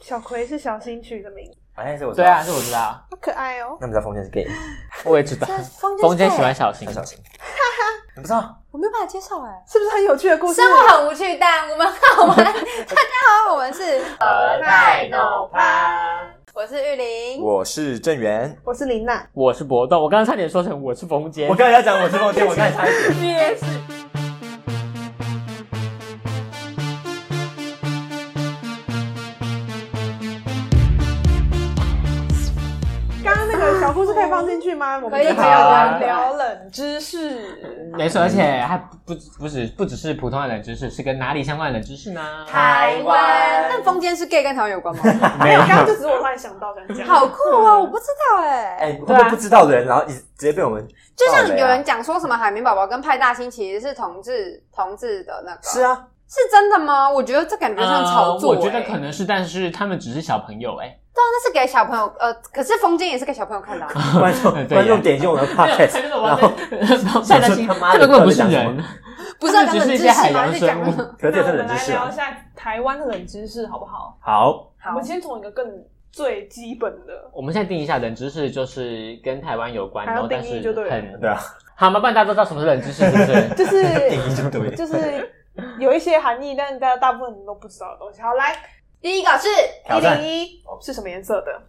小葵是小新取的名字，反正是哎我知对道啊，，这我知道，好可爱哦。那你知道封建 是 gay，我也知道。风风间是喜欢小新很，小心。你不知道？我没有办法接受哎，是不是很有趣的故事？生活很无趣，但我们好 玩。大家好，我们是太脑趴。我是玉玲，我是郑源，我是林娜，我是搏斗，我刚刚差点说成我是风间。刚才要讲我是封建，我刚才差一点。你也是。刚刚那个小故事可以放进去吗？我们可以就只好啊要聊冷知识。没错，而且还不不只不只是普通的冷知识，是跟哪里相关的冷知识呢？台湾那风间是 gay 跟台湾有关吗？没没 有，哎刚刚就有，只是我突然想到想讲。好，酷哦，我不知道哎。啊哎，会不会不知道的人，然后一直直接被 我们就像爆雷啊有人讲说什么海绵宝宝跟派大星其实是同志同志的那个，是啊，是真的吗？我觉得这感觉像炒嗯作、我觉得欸可能是，但是他们只是小朋友哎、对啊，那是给小朋友，呃，可是风间也是给小朋友看 的、啊，观众对观众点进我们的 podcast，然啊后 派大想说星，他妈这的个根本不是到底在讲什人么，不是啊他们只是一些冷知识海吗洋在讲生物可是那这我 是们冷知来识聊一哦。下台湾的冷知识好不好？好，我好们，先从一个更最基本的， 我们现在定义一下冷知识，就是跟台湾有关，还然要后但定义是就对了很对啊，好嘛，不然大家都知道什么是冷知识，是不是？就是点进就 对了。就是有一些含义，但大家大部分人都不知道的东西。好，来第一个是一挑战零一是什么颜色的？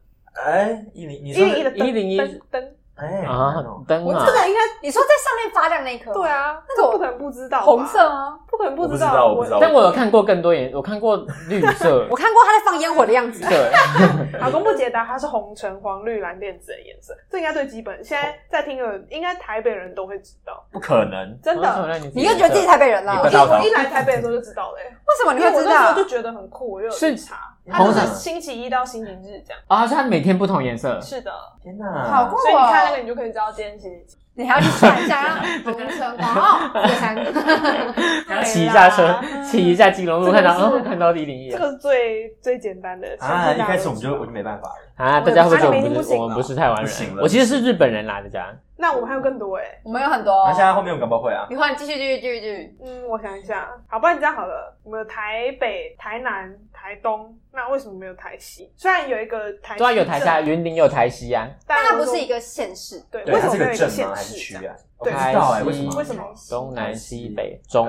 哎，一零，你一说零一是的灯101灯灯，哎啊，灯我啊这，个应该你说在上面发亮那一颗，对，啊，那这个我不可能不知道吧，红色啊吗？不可能不我不知道但我有看过更多颜，我看过绿色 我，看过他在放烟火的样子，对， 老公不解答，它是红、橙、黄、绿、蓝、靛紫的颜色，这应该最基本。现在在听的，应该台北人都会知道，不可能，真的。你又觉得自己台北人了？你为不知道我一来台北的时候就知道了、欸，什么你因为会我知那时道候？就觉得很酷，我就有是去查，它红就色是星期一到星期日这样。啊，所以它每天不同颜 色，是的，天哪，好酷所以你看那个哦！你就可以知道今天星期几。你还要去算 一下，让红橙黄哦，这个三，骑一下车对，啦骑一下金融路，这个看到是哦，看到一零一这个是最最简单的。啊！相信一大家开都始我知们就道我就没办法了，啊！我大家会不我会还觉得我没听不们不是行我们不是台湾不行人，了我其实是日本人啦，大家。那我们还有更多哎、欸。 我们有很多那。现在后面我们搞不好会啊，你换，继续，继续，继续，继续。嗯，我想一下，好，不然这样好了，我们有台北、台南、台东，那为什么没有台西？虽然有一个台西，对啊，有台下，云林有台西啊，但但它我不是说一个县市，对，对，为什它么是没有个一个镇县吗？还是市区这样？啊？我不知台道哎，西为什么为？什么？东南西北中。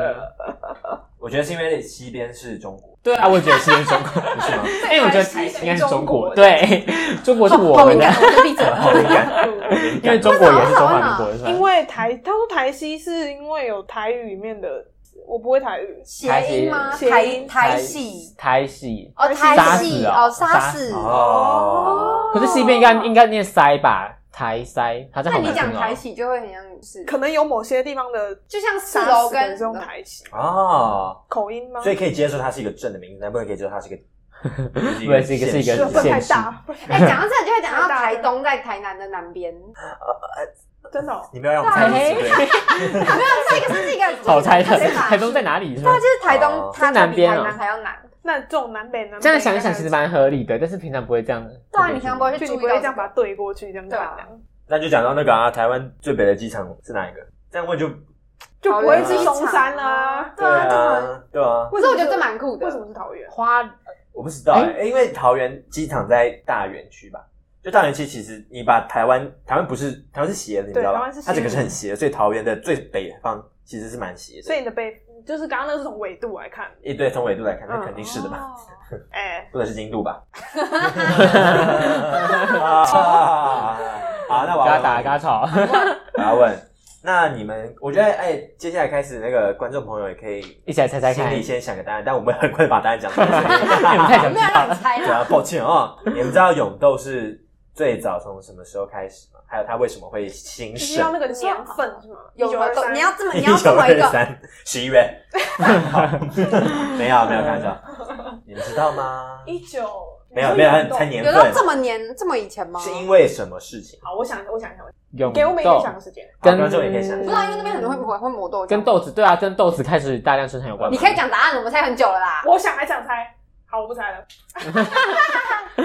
我觉得是因为西边是 中国，对啊，我也觉得是中国，不是吗？因为我觉得应该是中国，对，中国是我好们敏的感，，我闭嘴。好敏 感，因为中国也是中华民国，是吧因为台，他说台西是因为有台语里面的，我不会台语，谐音吗？谐台音台戏台戏，哦，沙台士戏哦哦，沙士。哦，可是西边应该应该念塞吧，台塞，好像好那你难讲听台哦。戏就会很像是，可能有某些地方的就像四沙楼士可能跟是用台西哦，口音吗？所以可以接受它是一个镇的名字，但不能可以接受它是一个， 不然是一个是一这个个分县太市大，哎，讲到这里就会讲到台东在台南的南边，真的哦。你不要让我猜几哎遍，这个是一个 好猜的就是台，南台东在哪里？是对吧啊，就是台东哦，它啊在南比边台哦南还要南。那这种南北南北这样想一想，其实大蛮合理的，但是平常不会这样。对啊，你平常不会。概会去就你注意不会到这样把它对过去，这样对啊看这样 那就讲到那个啊，台湾最北的机场是哪一个？这样问就就不会是松山啊。对啊，这种。啊，对啊，可是我觉得这蛮酷为什的，么是桃园？花我不知道哎、因为桃园机场在大园区吧。就大园区，其实你把台湾，台湾不是台湾是斜的，你知道对台吧湾是？斜的它整个是很斜的，所以桃园的最北方其实是蛮斜的。所以你的北就是刚刚那是从纬度来看，一对从纬度来看，那嗯肯定是的吧？哦哎，不能是经度吧？啊好，那我嘎要打打嘎 吵，我要问，那你们，我觉得哎、接下来开始那个观众朋友也可以一起来猜猜心看。里你先想个答案，但我们很快把答案讲 出来。们太想没有让你猜对了。啊，抱歉啊、你们知道永豆是最早从什么时候开始吗？还有它为什么会兴就是要那？盛个年份是吗？有吗？ 1923你要这么，一你要这九么一二个，三十一月， 没有没有开玩笑，你们知道吗？一九没有没有猜年有到份，这么年这么以前吗？是因为什么事情？好，我想我想一想，嗯永给我们一天豆想的时间。跟嗯观众也可以想不知道，因为那边很多会不会会磨豆浆跟豆子对啊，跟豆子开始大量生产有关吗。你可以讲答案，我们猜很久了啦。我想还想猜，好，我不猜了。嗯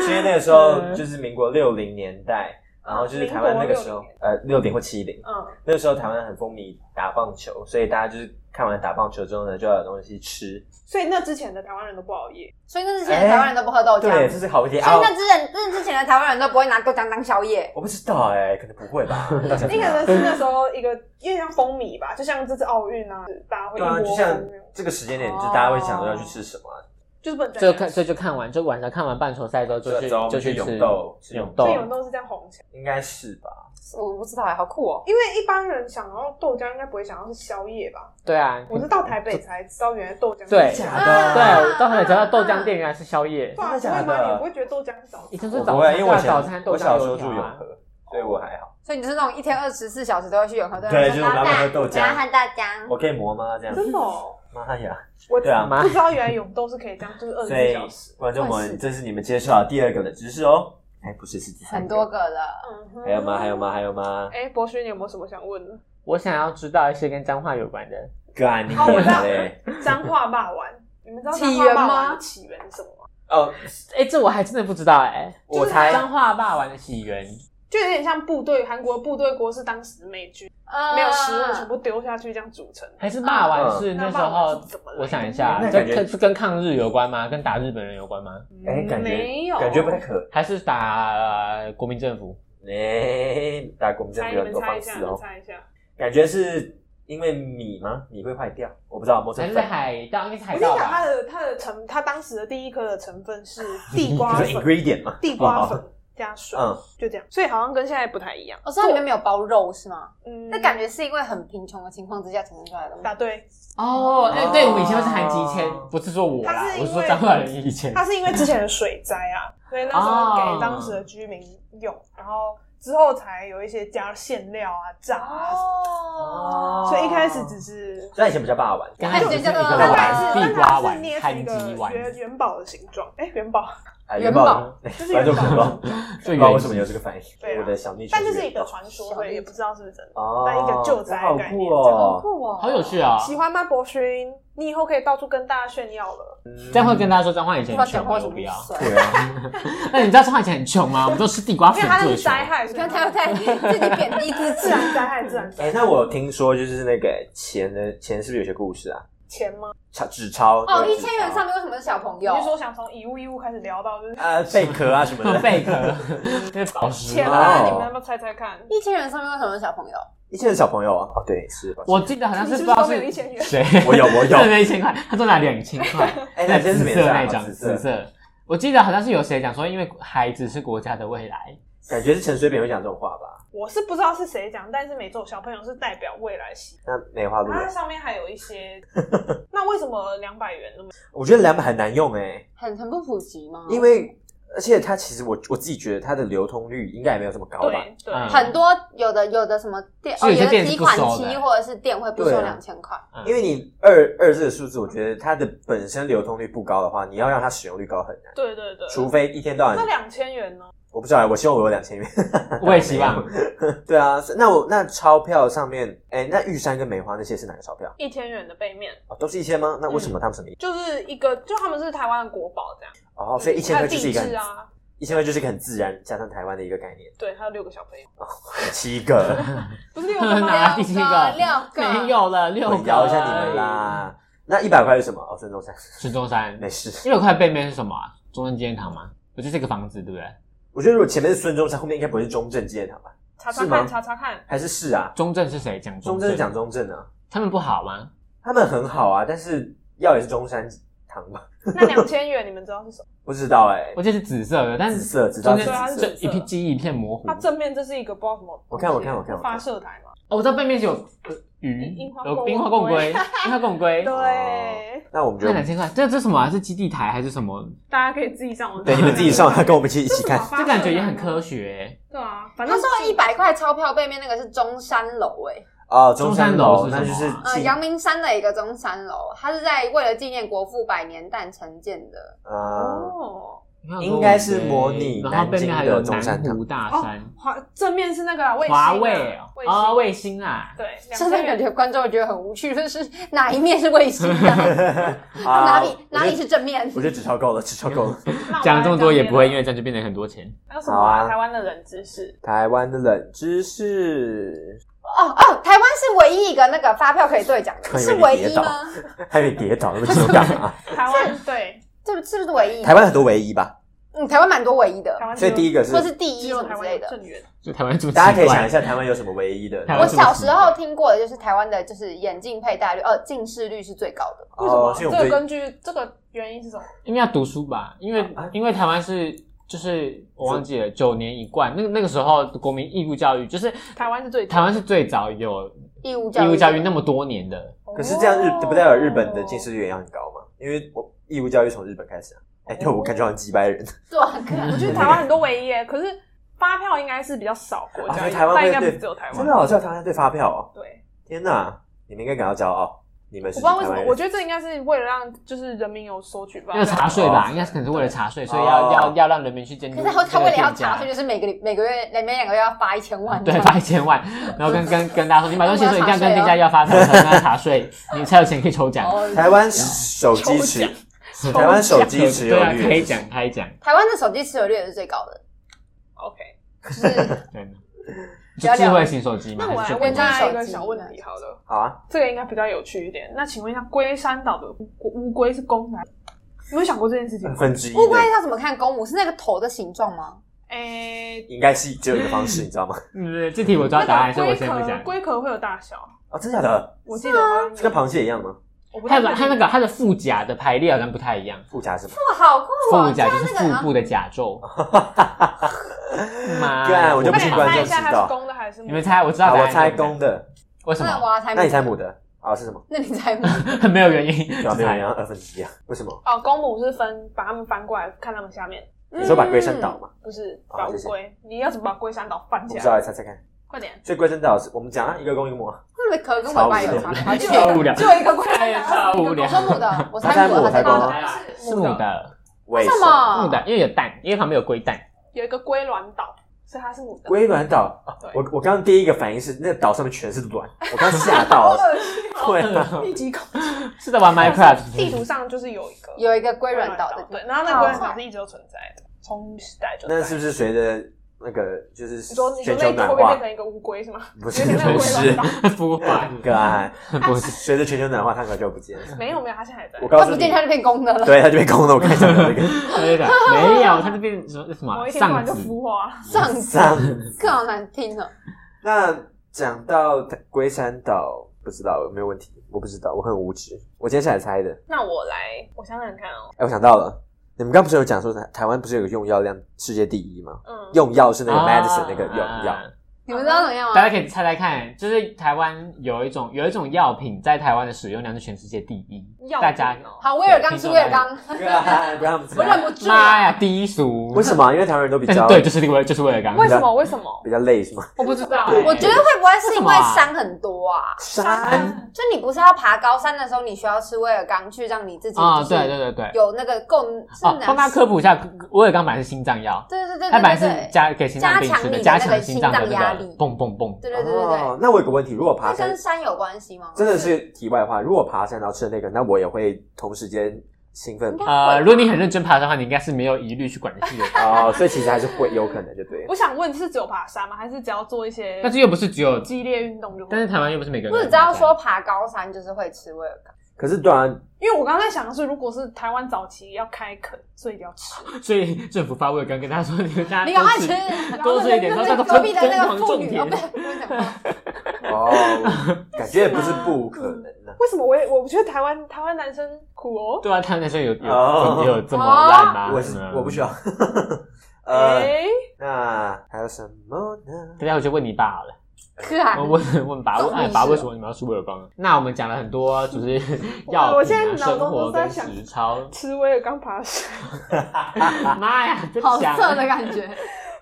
是因为那个时候就是民国六零年代，然后就是台湾那个时候民，呃，六零或七零，嗯，那个时候台湾很风靡打棒球，所以大家就是看完打棒球之后呢，就要有东西吃。所以那之前的台湾人都不熬夜，所以那之前的台湾人都不喝豆浆，哎对，这是好一点哦所啊以！那之前那之前的台湾人都不会拿豆浆当宵夜。我不知道哎、可能不会 吧？那个呢是那时候一个有点像风靡吧，就像这次奥运啊，大家会一对啊，就窝像蜂那种这个时间点，就大家会想说要去吃什么啊、就是不能在这就家看这就看完，就晚上看完半球赛之后就去这周就去去永吃豆吃永永所豆以有。都是这样红起来。应该是吧？我不知道哎，好酷哦！因为一般人想要豆浆，应该不会想要是宵夜吧？对啊，我是到台北才知道，原来豆浆是对宵夜假的对啊我到后来知道豆浆店原来是宵夜对，啊真的假不会吗的你不会觉得豆浆是早以餐？前是我早不餐会，因为我以对前啊早餐豆我浆小油时候条住啊永和，所以我还好。所以你就是那种一天二十四小时都会去永和豆对就是我们要喝豆浆我要喝豆浆。我可以磨吗？这样真的哦，妈呀！我对啊不知道原来永豆是可以这样，就是二十所四以小时。观众二十们，四这是你们接受到第二个冷知识哦。哎，不是，是第三很个。多个了，嗯哼还有吗？还有吗？？还有吗？哎，博勋，你有没有什么想问的？ 我想要知道一些跟脏话有关的，干你哦我知道娘嘞！脏话骂完，你们知道起脏话骂源吗完的起源是什么吗？哦，哎，这我还真的不知道哎。我就是猜脏话霸王的起源，就有点像部队，韩国部队锅是当时美军啊没有食物，全部丢下去这样组成的。还是霸王嗯是那时那霸候王是怎么来？的我想一下，那这感觉跟是跟抗日有关吗？跟打日本人有关吗？哎，感嗯没觉有，感觉不太可还是打呃国民政府？哎，打工真猜的你们有很多猜一方下，式你们哦。猜一下，感觉是因为米吗？米会坏掉，我不知道。磨成还是粉海盗？应该是我海跟你盗讲，它吧？的它的成，它当时的第一颗的成分 是地瓜就是粉， ingredient 嘛。地瓜粉加水，嗯，就这样，所以好像跟现在不太一样。哦我说它里面没有包肉是吗？嗯，那感觉是因为很贫穷的情况之下产生出来的吗？答对，哦，哎，对，我们以前都是韩籍签哦，不是说我啦他，是因为我是说脏话人以前。它是因为之前的水灾啊，所以那时候给当时的居民用，然后之后才有一些加馅料啊、炸啊什么哦的，所以一开始只是。虽然以前比较霸王，刚开始就是一个但它大概碗，是，地但瓜它是碗捏，成一韩个籍碗，元元宝的形状，哎，元宝，哎元宝宝就是 观元众宝可能不知道不最知道原为什始么有这个反应对。啊我的小秘书但这是元一个宝传说，所以也不知道是不是真的。哦，但一个救灾好的概酷念好哦！酷哦，好有趣啊！喜欢吗，博勋？你以后可以到处跟大家炫耀了。嗯这样会跟大家说脏话以前不很知穷道讲吗，话我什么不要。水。对啊，那你知道脏话以前很穷吗？我们都吃地瓜因粉为它做那的是穷。灾害，所不以要太太自己贬低自自己。然灾害，自然灾哎，害。那我听说就是那个钱的钱是不是有些故事啊？钱吗？钞纸 钞哦，对一千元上面为什么是小朋你友？是说想从以物易物开始聊到就是纸钞呃贝壳啊什么的，贝壳，那是宝石钱吗。啊？哦你们要不要猜猜看？一千元上面为什么是小朋友？ 一千元小朋友啊，哦对是，我记得好像你不是知不是道都没有一是千元？谁，我有我有这没一千块，他都拿两千块。哎那紫真是色没啥好那张，紫紫色色。我记得好像是有谁讲说，因为孩子是国家的未来，感觉是陈水扁会讲这种话吧？我是不知道是谁讲，但是每种小朋友是代表未来系。那梅花鹿呢，它上面还有一 些，那为什么两百元那么？我觉得两百很难用哎，很很不普及吗？因为而且它其实我我自己觉得它的流通率应该也没有这么高吧？对对，嗯很多有的有的什么店是哦，有些有的店提是不款收的期或者是店会不对收啊两千块。因为你二二这个数字，我觉得它的本身流通率不高的话，你要让它使用率高很难，对对对。除非一天到晚那两千元呢？我不知道，我希望我有两千元。我也希望。对啊，是那我那钞票上面，哎、那玉山跟梅花那些是哪个钞票？一千元的背面哦，都是一千吗？那为嗯什么他们什么意思？就是一个，就他们是台湾的国宝这样。哦，所以嗯一千还块有就是一地个质很，啊，一千块就是一个很自然加上台湾的一个概念，对，还有六个小朋友，七个，不是 六个吗？拿第七个，六个没有了， 六我个。摇一下你们啦。那一百块是什么？哦，孙中山，孙中山，没事。因为块背面是什么啊？中正纪念堂吗？不就是这个房子，对不对？我觉得如果前面是孙中山，后面应该不会是中正纪念堂吧？查查是吗看，查查看，还是是啊？中正是谁？讲中正正讲中正啊，他们不好吗？他们很好啊，但是要也是中山堂吧？那两千元你们知道是 什么？不知道哎、我记得是紫色的，但紫是色知道中是间对啊紫是色这一片记忆一片模糊它。正面这是一个不知道什么，我看我看我看我看发射台嘛。哦，我知道背面是有呃鱼樱花，有共樱花共龟龟，樱花共哎龟。对，那我们就那两千块，这这什么嗯啊？是基地台还是什么？大家可以自己上网。对你们自己上来跟我们一起一起看。这感觉也很科。学。欸对啊，反他正说一百块钞票背面那个是中山楼、欸，哦，中中山山楼楼是那就什是么啊呃，进阳明山的一个中山楼，它是在为了纪念国父百年诞承建的。 啊，哦，因那应该是模拟然后南背京面还的有中山南堂湖。大哦山，，华正面是那个啊卫星啊华为哦卫啊，星卫星啊，对，两真的千感元觉观众会觉得很无趣，就是哪一面是卫星 啊？好哪里我哪里觉得是正面？哦我觉得纸钞够了，纸钞够 了。那我讲来这么多也别不会，的因为这样就变成很多钱。还有什么好啊啊台湾的冷知识？台湾的冷知识， 哦哦，台湾是唯一一个那个发票可以兑奖突的，然是有点唯跌一倒吗？还有跌倒，那么激动干 嘛？台湾对，这是不是嗯唯一？台湾很多唯一吧，嗯，台湾蛮多唯一的台，湾所以第一个个是或是第只一什有么台之湾类有的。正源，就台湾住，大家可以想一，下台湾有什么唯一的。台湾我什么小时候听过的就是台湾的，就是眼镜佩戴率，呃，近视率是最高的。为什么哦，是因这为我个们对根据这个原因是什么？应该要读书吧，因为啊因为台湾是就是我忘记了九年一贯，那个那个时候国民义务教育就是台湾是最台湾是最早有义务教义育，务教育那么多年的，哦可是这样日不代表日本的近视率也要很高嘛？因为我义务教育从日本开始啊。哎，哦对，我感觉好像几百人。做很可我觉得台湾很多唯一耶，可是发票应该是比较少国啊，家，所以台湾但应会该对不只有台真的湾。好像台湾对发票哦。对，天哪，你们应该感到骄傲，你们我不是知道为什台么，湾人我觉得这应该是为了让就是人民有索取吧。要查税吧，哦应该是可能是为了查税，所以要要要让人民去监督可这是个他他为了要店查家税，。就是每个礼每个月每两个月要发一千万这对样，，发一千万，然后跟跟跟大家说，你买东西的时候一定要跟我店要查税哦家 要发票，才能查税，你才有钱可以抽奖。哦台湾手机持 台湾手机持有对啊，率可以讲开讲，台湾的手机持有率也是最高的， OK，就是 真的。不要就聊智慧型手机吗？那我还是来就问普通大的家一个小问题好了，好啊，这个应该比较有趣一点。那请问一下，龟山岛的乌乌龟是公哪？你有想过这件事情二吗？分之一乌龟的要怎么看公母？是那个头的形状吗？诶，应该是只有一个方式，你知道吗？嗯，这题我知道答那案，所个以我龟先不讲壳，。龟壳会有大小，哦，真的假的？我记得好像这跟螃蟹一样吗？我不它太的它那确定个它的腹甲的排列好像不太一样，腹甲是吗？哇，好酷腹哦！甲就就是是那个腹啊部的甲胄。 妈干啊我就那不你信们观猜一众下知它是道公的还是母你的？们猜，我知道啊，答我案。猜公，的，为什那么？我要猜，那你猜母？的啊？是什么？那你猜母？ 没有原因， 对啊，没有人要二分之一啊？为什么？哦，公母是分把它们翻过来看它们下面，你说把龟山倒嘛？不是哦把乌谢谢龟。你要怎么把龟山岛翻我起不来知？道，来猜猜看。快点！所以龟山岛是我们讲啊，一个公一个母啊，那个壳跟尾巴有差别吗？就超无聊就有一个龟山岛。超无哎我聊。说母的，我他猜猜母母的，我猜猜公公的。哦啊是母的，为什什？么？母的，因为有蛋，因为旁边有龟蛋。有一个龟卵岛，所以它是母的。龟卵岛，啊对我我刚刚第一个反应是那个岛上面全是卵，我刚吓 到了。对啊， 一级哦恐怖是在玩 Minecraft。地图上就是有一个有一个龟龟卵岛的，对，然后那个龟卵岛是一直都存在的，从历史代就在那是不是随着那个就是你说你说全那球一个暖会不会化变？成一个乌龟是吗？不是有点像不龟卵是岛。 孵化，很可爱。嗯 不是啊随着全球暖化，它可能就不见了。 没有没有，它现在还在我。它告诉不你见，它就变公的了。对，它就被攻了。我看一下这个对的，没有，它就变成什么什某么一天突然上就子，孵化了，上次上。更好难听了。那讲到龟山岛，不知道有没有问题？我不知道，我很无知。我今天是来猜的。那我来，我想想看哦，哎，我想到了，你们刚不是有讲说台台湾不是有个用药量世界第一吗？嗯，用药是那个 medicine 啊那个用药，你们知道怎么样大家吗？可以猜猜看，就是台湾有一种有一种药品在台湾的使用量是全世界第一，药大家品哦好，威尔刚是威尔刚，不要 我忍不住妈了。呀低俗， 为什么啊？因为台湾人都比但是较 对，就是这个就是为了刚为什么？为什么？比较累是吗？我不知道欸我觉得会不会是为什因为么啊山很多啊？山就你不是要爬高山的时候，你需要吃威尔刚去让你自己啊，就是对对对对，有那个够是哦，难。帮大家科普一下，威尔刚本来是心脏药，对对对它本对来对是对，加给心脏病吃的，加强心脏的加那强你的那个心脏压个力蹦蹦蹦，对对对对对，哦，那我有个问题，如果爬那山跟山有关系吗？真的是题外话，如果爬山然后吃的那个，那我也会同时间兴奋 应该呃，会如果你很认真爬山的话，你应该是没有疑虑去管这些。哦，所以其实还是会有可能，就对了。我想问是只有爬山吗？还是只要做一些但是又不是只有，激烈运动就会？但是台湾又不是每个人不都只有知爬山。道说爬高山就是会吃威尔刚，可是对啊，因为我刚才想的是，如果是台湾早期要开垦，所以一定要吃。所以政府发威尔刚跟大家说，你们大家你赶快都吃是，多吃一点然然后后隔壁的那个疯妇狂女，种哦，不是，不 是讲话哦，感觉也不是不可能啊呢、为什么我也我觉得台湾台湾男生苦哦？对啊，他那时候有哦有有这么烂吗？我是嗯我不需要。 呃，哎、那还有什么呢？等一下我就问你爸好了，可爱我。问问爸，这问种哎意爸思为什么你们要吃威尔刚？那我们讲了很多，就是药我品现在脑中啊、生都活是在跟想实操。吃威尔刚爬山，妈呀，真 好香！色的感觉，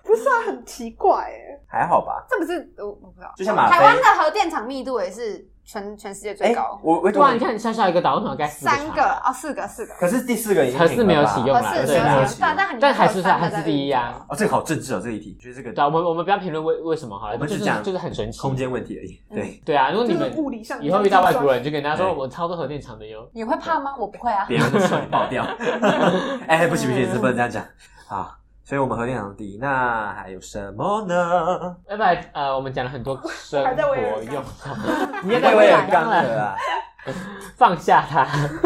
不不是啊，很奇怪哎。还好吧？这不是我我 不知道，就像啊马飞台湾的核电厂密度也是全全世界最哎高，，我我对啊，你看小小一个岛，为什么要盖四个三厂？个哦，四个四个，可是第四个已经可是没有启用用哦啦，四是对个没有啊启但但很但还是还还是第一啊。哦，这个好政治哦，这一题，觉得这个对啊，我们我们不要评论为为什么好了，我们就只是讲就是很神奇。空间问题而已。对，对啊，如果你就是们物理上以后遇到外国人，人，就跟大家说对我超多核电厂的哟。你会怕吗？我不会啊。 别人手爆掉。哎，不行不行，是不能这样讲啊。所以我们核电厂第一，那还有什么呢？要不然呃，我们讲了很多生还在活威尔刚用，你你要在再威威尔尔刚刚了了，啊？放下它。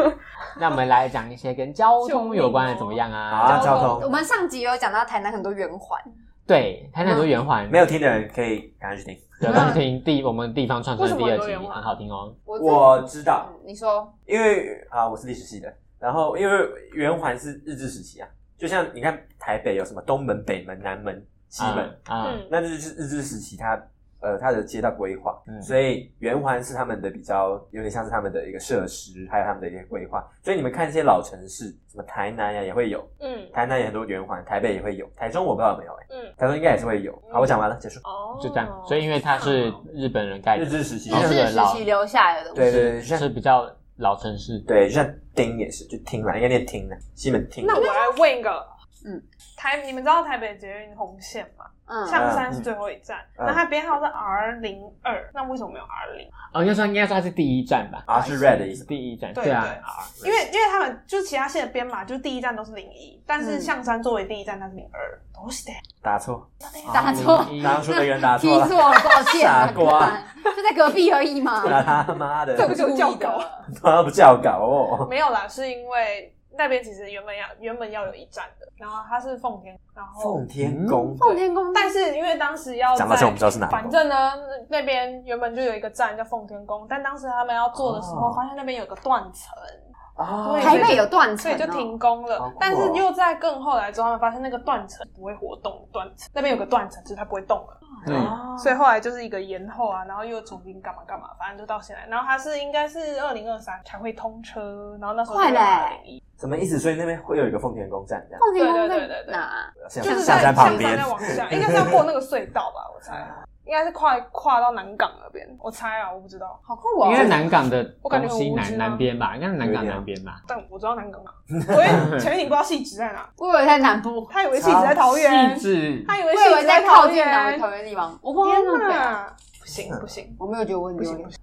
那我们来讲一些跟交通有关的，怎么样好啊啊？交通我们上集有讲到台南很多圆环，对，台南很多圆环，没有听的人可以赶快去听。有刚听第我们地方串串的第为二什么很多集圆环很好听哦。我我知道，嗯你说因为啊，我是历史系的，然后因为圆环是日治时期啊，就像你看台北有什么东门、北门、南门、西门，啊，嗯嗯，那这就是日治时期它呃它的街道规划，嗯所以圆环是他们的比较有点像是他们的一个设施，还有他们的一些规划。所以你们看一些老城市，什么台南呀、也会有，嗯台南也很多圆环，台北也会有，台中我不知道有没有、欸，嗯，台中应该也是会有。好，我讲完了，结束。哦，就这样。所以因为它是日本人盖日的，治时期日哦，治时老期留下来的东西，对对对，就是像比较老城市。对，就像町也是，就町啦，应该念町啦，西门町。那我来问一个，嗯嗯，台你们知道台北捷运红线吗？嗯，象山是最后一站，嗯那、它编号是 R 零二，那为什么没有 R 零？哦，应该说应该说它是第一站吧？ R 啊是 red 的意思第一站。对对啊对，因为因为他们就是其他线的编码，就是第一站都是零一，但是嗯象山作为第一站它是零二，都是的。打错，啊打错，嗯01刚刚说的人打踢错错了，了，抱歉， 傻瓜就在隔壁而已 嘛，打他妈的，这不是故意教的狗。他不叫搞哦。没有啦，是因为那边其实原本要原本要有一站的，然后它是奉天，然后奉天嗯宫，奉天宫，但是因为当时要讲到这在我们知道是哪反里。正呢，那边原本就有一个站叫奉天宫，但当时他们要做的时候，哦发现那边有个断层，啊对台北有断所层哦，以就停工了。好酷哦但是又在更后来之后，他们发现那个断层不会活动，断层那边有个断层，就是它不会动了。嗯，哦所以后来就是一个延后啊，然后又重新干嘛干嘛，反正就到现在。然后它是应该是二零二三才会通车，然后那时候快嘞嘞，什么意思？所以那边会有一个奉天宫站，这样奉天宫对对对在对对哪？像就是下在山旁边再往下，应该是要过那个隧道吧，我 猜。应该是跨跨到南港那边，我猜啊，我不知道，好酷哦应！该是南港的我感觉东西很无知南啊南边吧，应该是南有一港点啊南边吧。但我知道南港啊， 我因为前面你不知道戏址在哪，我以为在南部，他以为戏址在桃园细，致他以为我戏以址为在桃靠近南园，桃园地方。我不知道天那么北啊，哪，不行不行，我没有觉得我很不丢行脸不。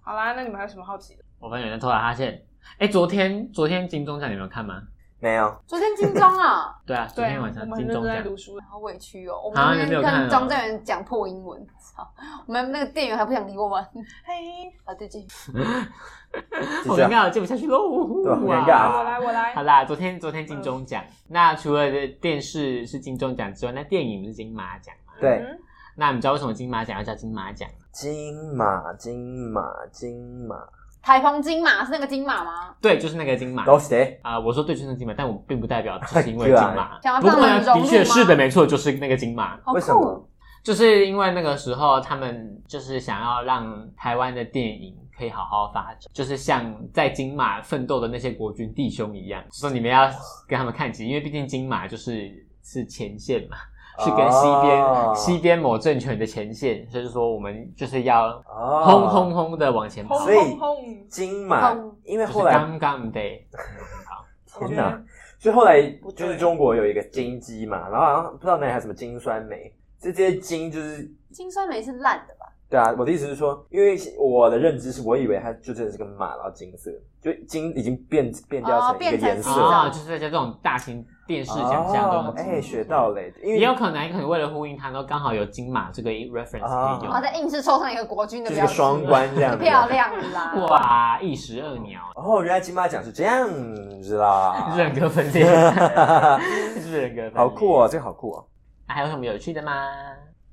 好啦，那你们还有什么好奇的？我们有人偷了他线。哎，昨天昨天金钟奖你们有看吗？没有，昨天金钟啊， 对啊，昨对天啊，晚我上们很金认钟真在奖。读书，好委屈哦。我啊们你那没有天看跟哦庄正元讲破英文，操！ 我们那个店员还不想理我们。 嘿，好，再见。就好这尴样。尬，接不下去喽。对啊很哇尴尬我来我来好，啦，昨天昨天金钟奖，那除了电视是金钟奖之外，那电影不是金马奖吗？对，嗯，那你知道为什么金马奖要叫金马奖吗？金马金马金马台风金马是那个金马吗？对，就是那个金马。都是谁？啊、我说对，就是那个金马，但我并不代表只是因为金啊马。想要不让过我们呢，融入的确吗是的，没错，就是那个金马，好为什酷么？就是因为那个时候他们就是想要让台湾的电影可以好好发展，就是像在金马奋斗的那些国军弟兄一样，说你们要跟他们看齐，因为毕竟金马就是是前线嘛。啊是跟西边、哦西边某政权的前线，就是说我们就是要哦轰轰轰的往前跑轰，所以轰轰，金马轰，因为就是后来刚刚 的。啊我天觉哪得，所以后来不对就是中国有一个金鸡嘛，然后好像不知道哪里还有什么金酸梅，这这些金就是金酸梅是烂的吧？ 对啊，我的意思是说，因为我的认知是我以为它就真的是个马，然后金色，就金已经变变掉成一个颜色是哦变成金色啊，了。就是在这种大型电视奖项都有哦金马哎，学到了，因为也有可能，也可能为了呼应它，都刚好有金马这个 reference 啊可以然用。后再硬是抽上一个国军的就是一标个志，双关这样子。漂亮啦！哇，一石二鸟，哦，原来金马奖是这样子啦，人 格分裂，是人格分裂啊好酷哦，！这个好酷哦。那还有什么有趣的吗？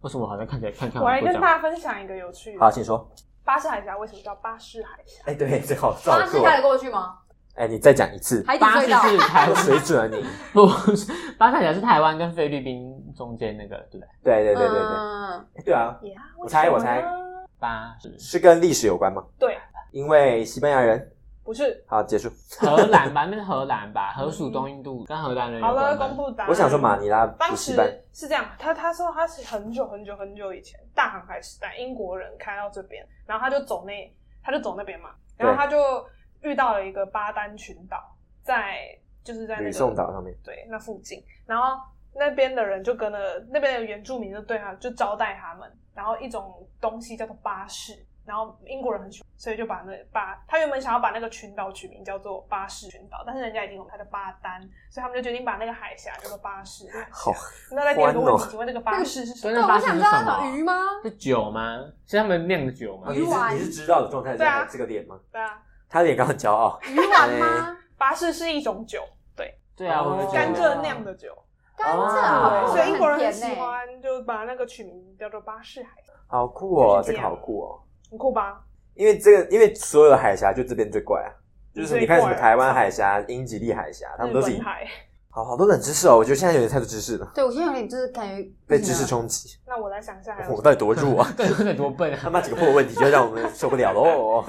为什么我好像看起来看看我来不跟讲大家分享一个有趣好，的，请说。巴士海峡为什么叫巴士海峡？哎，对，这个好，这好巴士酷开得哦。过去吗？哎，你再讲一次，海底巴隧士道是台有湾， 水准啊你。不是巴士海峡是台湾跟菲律宾中间那个，对不对？对对对对对，嗯，哎对啊，呀，我猜为我什么猜呢巴士是跟历史有关吗？对，因为西班牙人不不是。好，结束。荷兰吧，那是荷兰吧，荷属东印度，跟荷兰人有好了，关公吧。布答案。我想说马尼拉当补习时班，是这样，他他说他是很久很久很久以前大航海时代英国人开到这边，然后他就走那他就走那边嘛，然后对他就遇到了一个巴丹群岛，在就是在那吕个宋岛上面，对那附近，然后那边的人就跟了那边的原住民就对他就招待他们，然后一种东西叫做巴士，然后英国人很喜欢，所以就把那把他原本想要把那个群岛取名叫做巴士群岛，但是人家已经有他的巴丹，所以他们就决定把那个海峡叫做巴士海峡。好那再第二个问欢哦题，请问这个巴士是什么？对那 对，啊八我十想是知道什那么种鱼吗？是酒吗？是他们酿的酒吗哦？你鱼丸是你是知道的状态对啊下，这个脸吗？对啊，他的脸刚很骄傲，鱼丸吗？哎巴士是一种酒，对，对啊，我哦们觉得甘蔗酿的酒，甘蔗哦对，好所像以英国人很很喜甜欸呢。欢，就把那个取名叫做巴士海峡，好酷哦，就是这这个样好酷哦，很酷吧？因为这个因为所有的海峡就这边最怪啊，就是你看什么最怪啊台湾海峡、英吉利海峡，他们日都是本以海，好好多冷知识哦，我觉得现在有点太多知识了，对，我现在有点就是感觉被知识冲击，那我来想一下还有什么 我到底多弱啊？对，真的多笨他 啊！妈几个破问题就让我们受不了喽！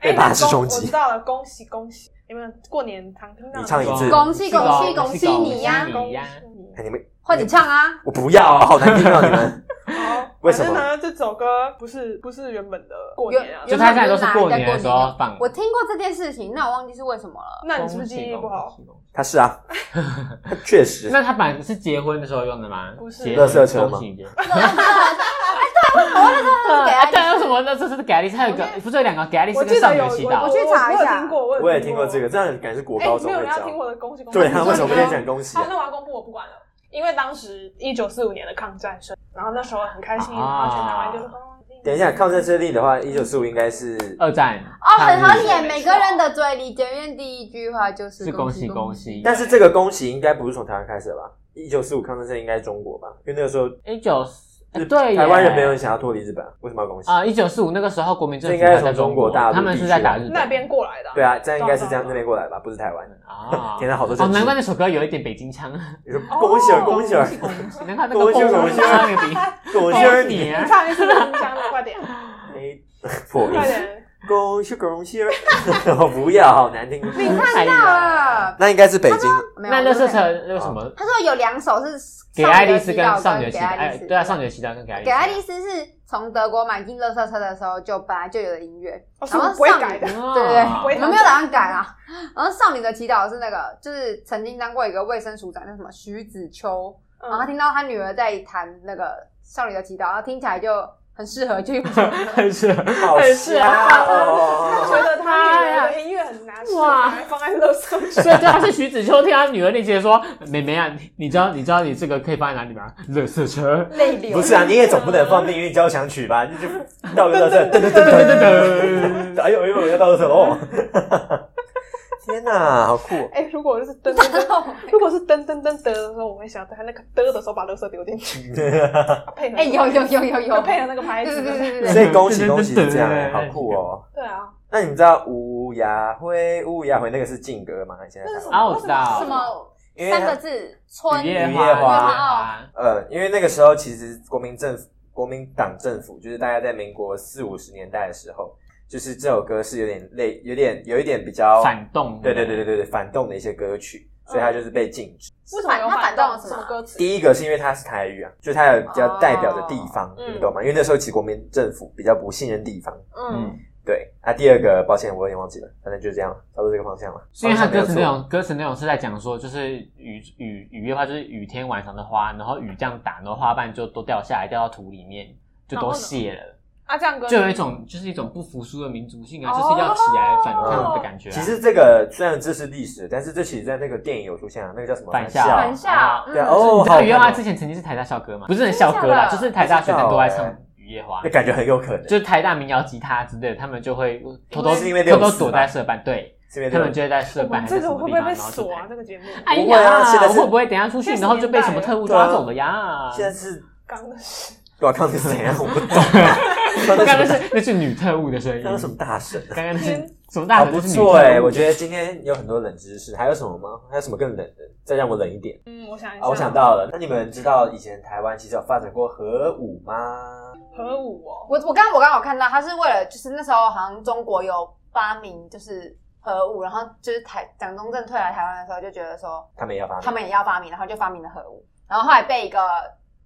被哎巴那士恭冲我击知道了，恭喜恭喜！你们过年常听到你唱一 次啊恭喜恭喜恭喜你呀恭你喜呀！你 哎，你们或者唱啊，我不要啊，好难听哦，你们。好，为反什么正呢，这首歌不是不是原本的过原年啊，就原他本现在都是过年拿的来时在候放。我听过这件事情，那我忘记是为什么 了。那你是不是记忆不好？？他是啊，确实那他本来是结婚的时候用的吗？不是结婚垃圾车吗恭喜结婚 给他啊，一对，为次什么那这是改丽？它有个不是有两个改丽我哎是跟记上得有元祈我祷我？去查一我有下听过，我我也听过这个，。这样感觉是国哎高，中没有会人要听 教。我的恭喜恭喜。对啊，为什么你不知道能讲恭喜好，啊？那我要公布，我不管了，因为当时一九四五年的抗战胜，然后那时候很开心，啊然后全台湾就是哦光光等一下，抗战胜利的话，一九四五应该是呃二战哦，很合理抗耶，议每个人的嘴里前面第一句话就是是恭恭喜恭恭。喜。但是这个恭喜应该不是从台湾开始的吧？一九四五抗战胜利应该是中国吧？因为那个时候一九呃呃日对耶台湾人没有人想要脱离日本啊，为什么要恭喜？啊，一九四五那个时候国民政府这应该还在从中国国大陆啊他们是在打日本那边过来的。对啊，这样应该是这样对啊那边过来吧，不是台湾。啊。天哪，好多哦，政治难怪。那首歌有一点北 京腔，哦你说恭喜儿，啊恭喜儿， 难怪那个啊恭喜蹦恭喜那个鼻恭喜恭儿喜你！你你唱一次《故乡》的，啊快点，哎， 破音快。点。恭喜恭喜！ 我不要，好难听。你哎看到呀了？那应该是北京，啊没有那我乐就色没车那个什么，他说有两首是给少爱丽女丝祈跟祷少跟女的给祈祷，爱哎丽丝，对啊，少女的祈祷跟给爱丽给爱丝丽丝是从德国买进垃圾车的时候就本来就有的音乐，哦，是然后不会少改女的。啊对对不会我们没有打算改啦。然后少女的祈祷是那个，就是曾经当过一个卫生署长，叫什么徐子秋，然后他嗯，听到他女儿在弹那个少女的祈祷，然后听起来就很适合就用 这首 歌是 好瞎啊他哦！觉得他女儿的音乐很难，哎哇哇，还放在乐色车。所以对，他啊是徐子秋听他女儿那节说：“妹妹啊，你你知道你知道你这个可以放在哪里吗？垃圾车。泪流。不是啊，你也总不能放《命运交响曲》吧？你就到个乐色，噔噔噔噔噔噔，哎呦哎呦，要到乐色哦！天哪，好酷！ 哎，如果是噔噔噔，如果是噔噔噔的时候，我会想他那个的的时候把乐色丢进去， 他配合 哎，有有有有他有，配合那个拍对子啊嗯对。对对对所对，以恭喜恭喜是这样，好酷哦！对啊，那你们知道乌鸦灰乌鸦灰那个是劲歌吗？现在台湾啊，我知道，什么因为三它个字春啊雨夜雨花，夜花花哦呃，因为那个时候其实国民政府、国民党政府，就是大概在民国四五十年代的时候，就是这首歌是有点类、有点、有一点比较，哦反动，对对对对对对，反动的一些歌曲，所以它就是被禁止。嗯为什么有他反动动了什么么歌词？第一个是因为它是台语啊，就它有比较代表的地方，哦你们懂吗？因为那时候其实国民政府比较不信任地方。嗯，对，那、第二个，抱歉，我有点忘记了，反正就这样，差不多这个方向了。因为它方向没歌有词错内容，歌词内容是在讲说，就是雨雨雨夜花，就是雨天晚上的花，然后雨这样打，然后花瓣就都掉下来，掉到土里面，就都谢了，啊，这样歌就有一种就是一种不服输的民族哦性啊，就是要起来反抗的感觉啊。其实这个虽然这是历史，但是这其实在那个电影有出现啊，那个叫什么返校，返校啊嗯对啊哦，你知道好雨夜花看哦之前曾经是台大校歌吗？不是很校歌啦，真的假的就是台大学生都在不知唱道欸雨夜花那，感觉很有可能，就是台大民谣吉他之类的，他们就会偷偷是因为偷偷六四躲吧在社办，对这边他们就会在社办还是这什个么会地不会方，被然后就锁啊？弹。这个节目，哎不会啊呀，现在我是啊会不会等一下出去，现在是然后就被什么特务抓走了呀？现在是刚的是对啊，看是怎样，我不懂。 刚刚那是那是女特务的声音，刚刚什么大神？刚刚那是天什么大好神？不这是女哦错特哎，务我觉得今天有很多冷知识，还有什么吗？还有什么更冷的？再让我冷一点嗯，我想一下，啊！我想到了，那你们知道以前台湾其实有发展过核武吗？核武哦，我我刚我刚好看到，他是为了就是那时候好像中国有发明就是核武，然后就是台蒋中正退来台湾的时候，就觉得说他们也要发明，他们也要发明，然后就发明了核武，然后后来被一个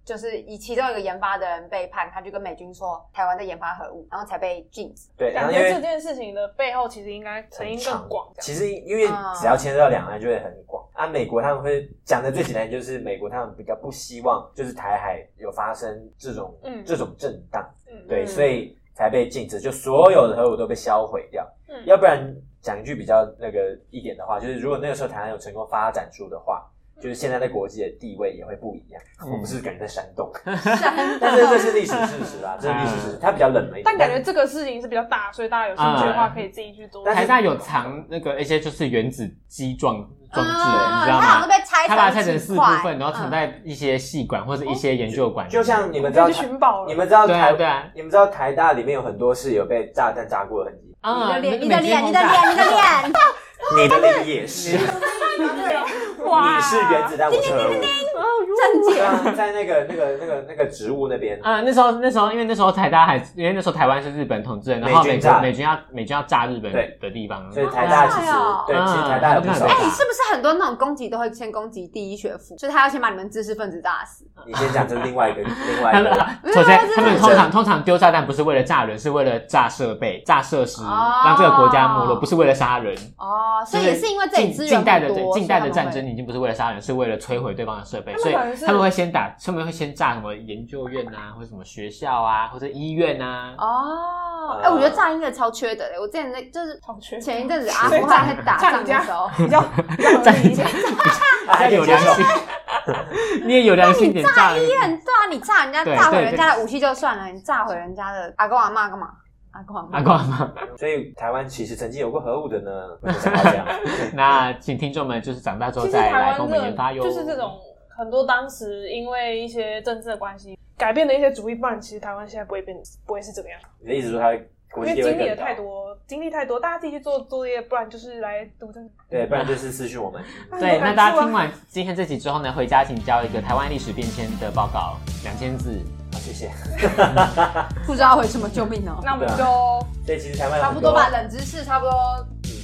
就是以其中一个研发的人背叛，他就跟美军说台湾在研发核武，然后才被禁止。对，然感后觉因这为件事情的背后其实应该成因更广。啊其实因为只要牵涉到两岸就会很广。啊，美国他们会讲的最简单就是美国他们比较不希望就是台海有发生这种、嗯这种震荡，嗯，对，嗯所以才被禁止，就所有的核武都被销毁掉。嗯要不然讲一句比较那个一点的话，就是如果那个时候台湾有成功发展出的话，就是现在在国际的地位也会不一样。嗯我不是感觉在煽动，但但是这是历史事实啊，这是历史事嗯实，它比较冷门一点。但感觉这个事情是比较大，所以大家有兴趣的话可以自己去多。但是嗯台大有藏那个一些就是原子机状装置，啊你知它道好吗像都？被拆它把它拆成几四部块分，然后藏在一些细管或者一些研究馆里面。就像你我们们知道可以去台，寻宝你了。们知道对台，啊对啊你们知道台大里面有很多是有被炸弹炸过的痕迹，啊，你的那脸，你个的美军脸，你轰的炸啊脸，你 你的脸，的那个也是，哦哇哦你是原子弹，我是核武。正对解。啊，在那个那个那个那个植物那边，啊、那时候那时候因为那时候台大还因为那时候台湾是日本统治的，然后美美军炸军美军要美军要炸日本对的地方，啊所以台大其实好帅对，哦其实台大有不少嗯哎、那个是不是很多那种攻击都会先攻击第一学府，所以他要先把你们知识分子炸死？你先讲这是另外一个 另外 他一们个，首先，他们通真常通常丢炸弹不是为了炸人，是为了炸设备、炸设施，哦让这个国家没落，不是为了杀人。哦，所以也是因为这里近资源近很代的多，近代的所以他战们会争已经不是为了杀人，是为了摧毁对方的设备，他们所以可能是他们会先打，他们会先炸什么研究院啊，或者什么学校啊，或者医院啊。哦，哎、呃我觉得炸音乐超缺德的。我之前在就是好缺德前一阵 子阿富汗在打所以炸仗的 时候，比较比较合理一点。哎再有良心，你也有良心一点炸人。哎你很对啊，你炸人家对炸毁对人家的武器就算了，你炸毁人家的阿公阿妈干嘛？阿公阿阿妈，光啊吗？所以台湾其实曾经有过核武的呢，我就想到这 样。那请听众们就是长大之后其实再台来湾跟我这们研发哟。就是这种很多当时因为一些政治的关系改变的一些主意，不然其实台湾现在不会变，不会是这个样子。你的意思说它国因际为经地位历更了高太？多，经历太多，大家自己去做作业，不然就是来读政治。对，不然就是私讯我们。对，那大家听完。完今天这集之后呢，回家请交一个台湾历史变迁的报告，两千字。好，谢谢。不知道为什么，救命哦！ 那我们就所以其实台湾有差很嗯不多吧，冷知识差不多，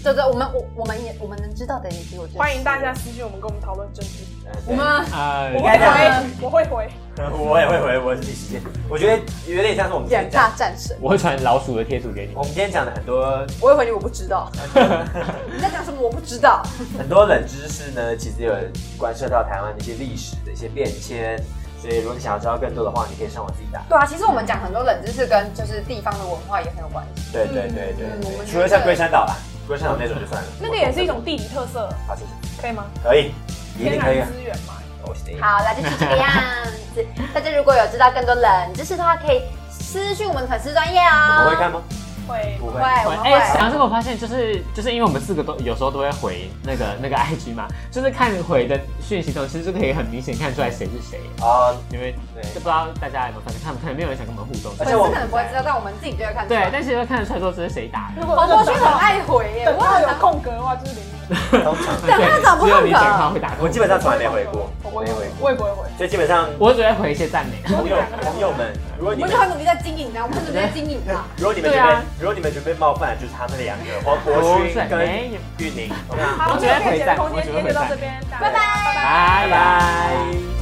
对对，我们我我们也我们能知道的也只有这些。欢迎大家私信我们，跟我们讨论政治。呃我对们呃我该这样会回，我会回。 我也会回，我是第十件。我觉得有点像是我们今远天讲大，战神。我会传老鼠的贴图给你我。们今天讲的很多我会回你，我不知道。你在讲什么？我不知道。很多冷知识呢，其实有关涉到台湾的一些历史的一些变迁。所以如果你想要知道更多的话，你可以上我自己打。对啊，其实我们讲很多冷知识跟就是地方的文化也很有关系。对对对对嗯我对，们除了像龟山岛啦，龟山岛那种就算了。那个也是一种地理特色，好，谢谢。可以吗？可以，一天定可以然啊。资源嘛。我是好，那就是这个样子。 大家如果有知道更多冷知识的话，可以私讯我们的粉丝专业我哦。们会看吗？会，不会会，。我们哎，会。讲这个我发现就是就是因为我们四个都有时候都会回那个那个 IG 嘛，就是看回的讯息中，其实就可以很明显看出来谁是谁，啊，因为对就不知道大家有没有，反正看可能没有人想跟我们互动。而粉且丝我可能不会知道，但我们自己就会看出对来。，但是会看得出来说这是谁打的。如果黄国等勋很爱回耶，等我到很有常空格的话，就是零零。通常嗯对他找不只有到你的讲话会打中我基本上从来没回过，我我不没会回，回过，我也不会回。所以基本上我只会回一些赞美。朋友朋友们，如果我你们们就很努力在经营啊，我们很努力在经营啊。 如果你们觉对得啊哦如果你们准备冒犯，就是他们两个黄国不勋是跟没有玉宁，好，我我们觉得今可以天赞的空我间觉今得天可以就到赞这边，大家拜拜拜拜。拜拜拜。拜。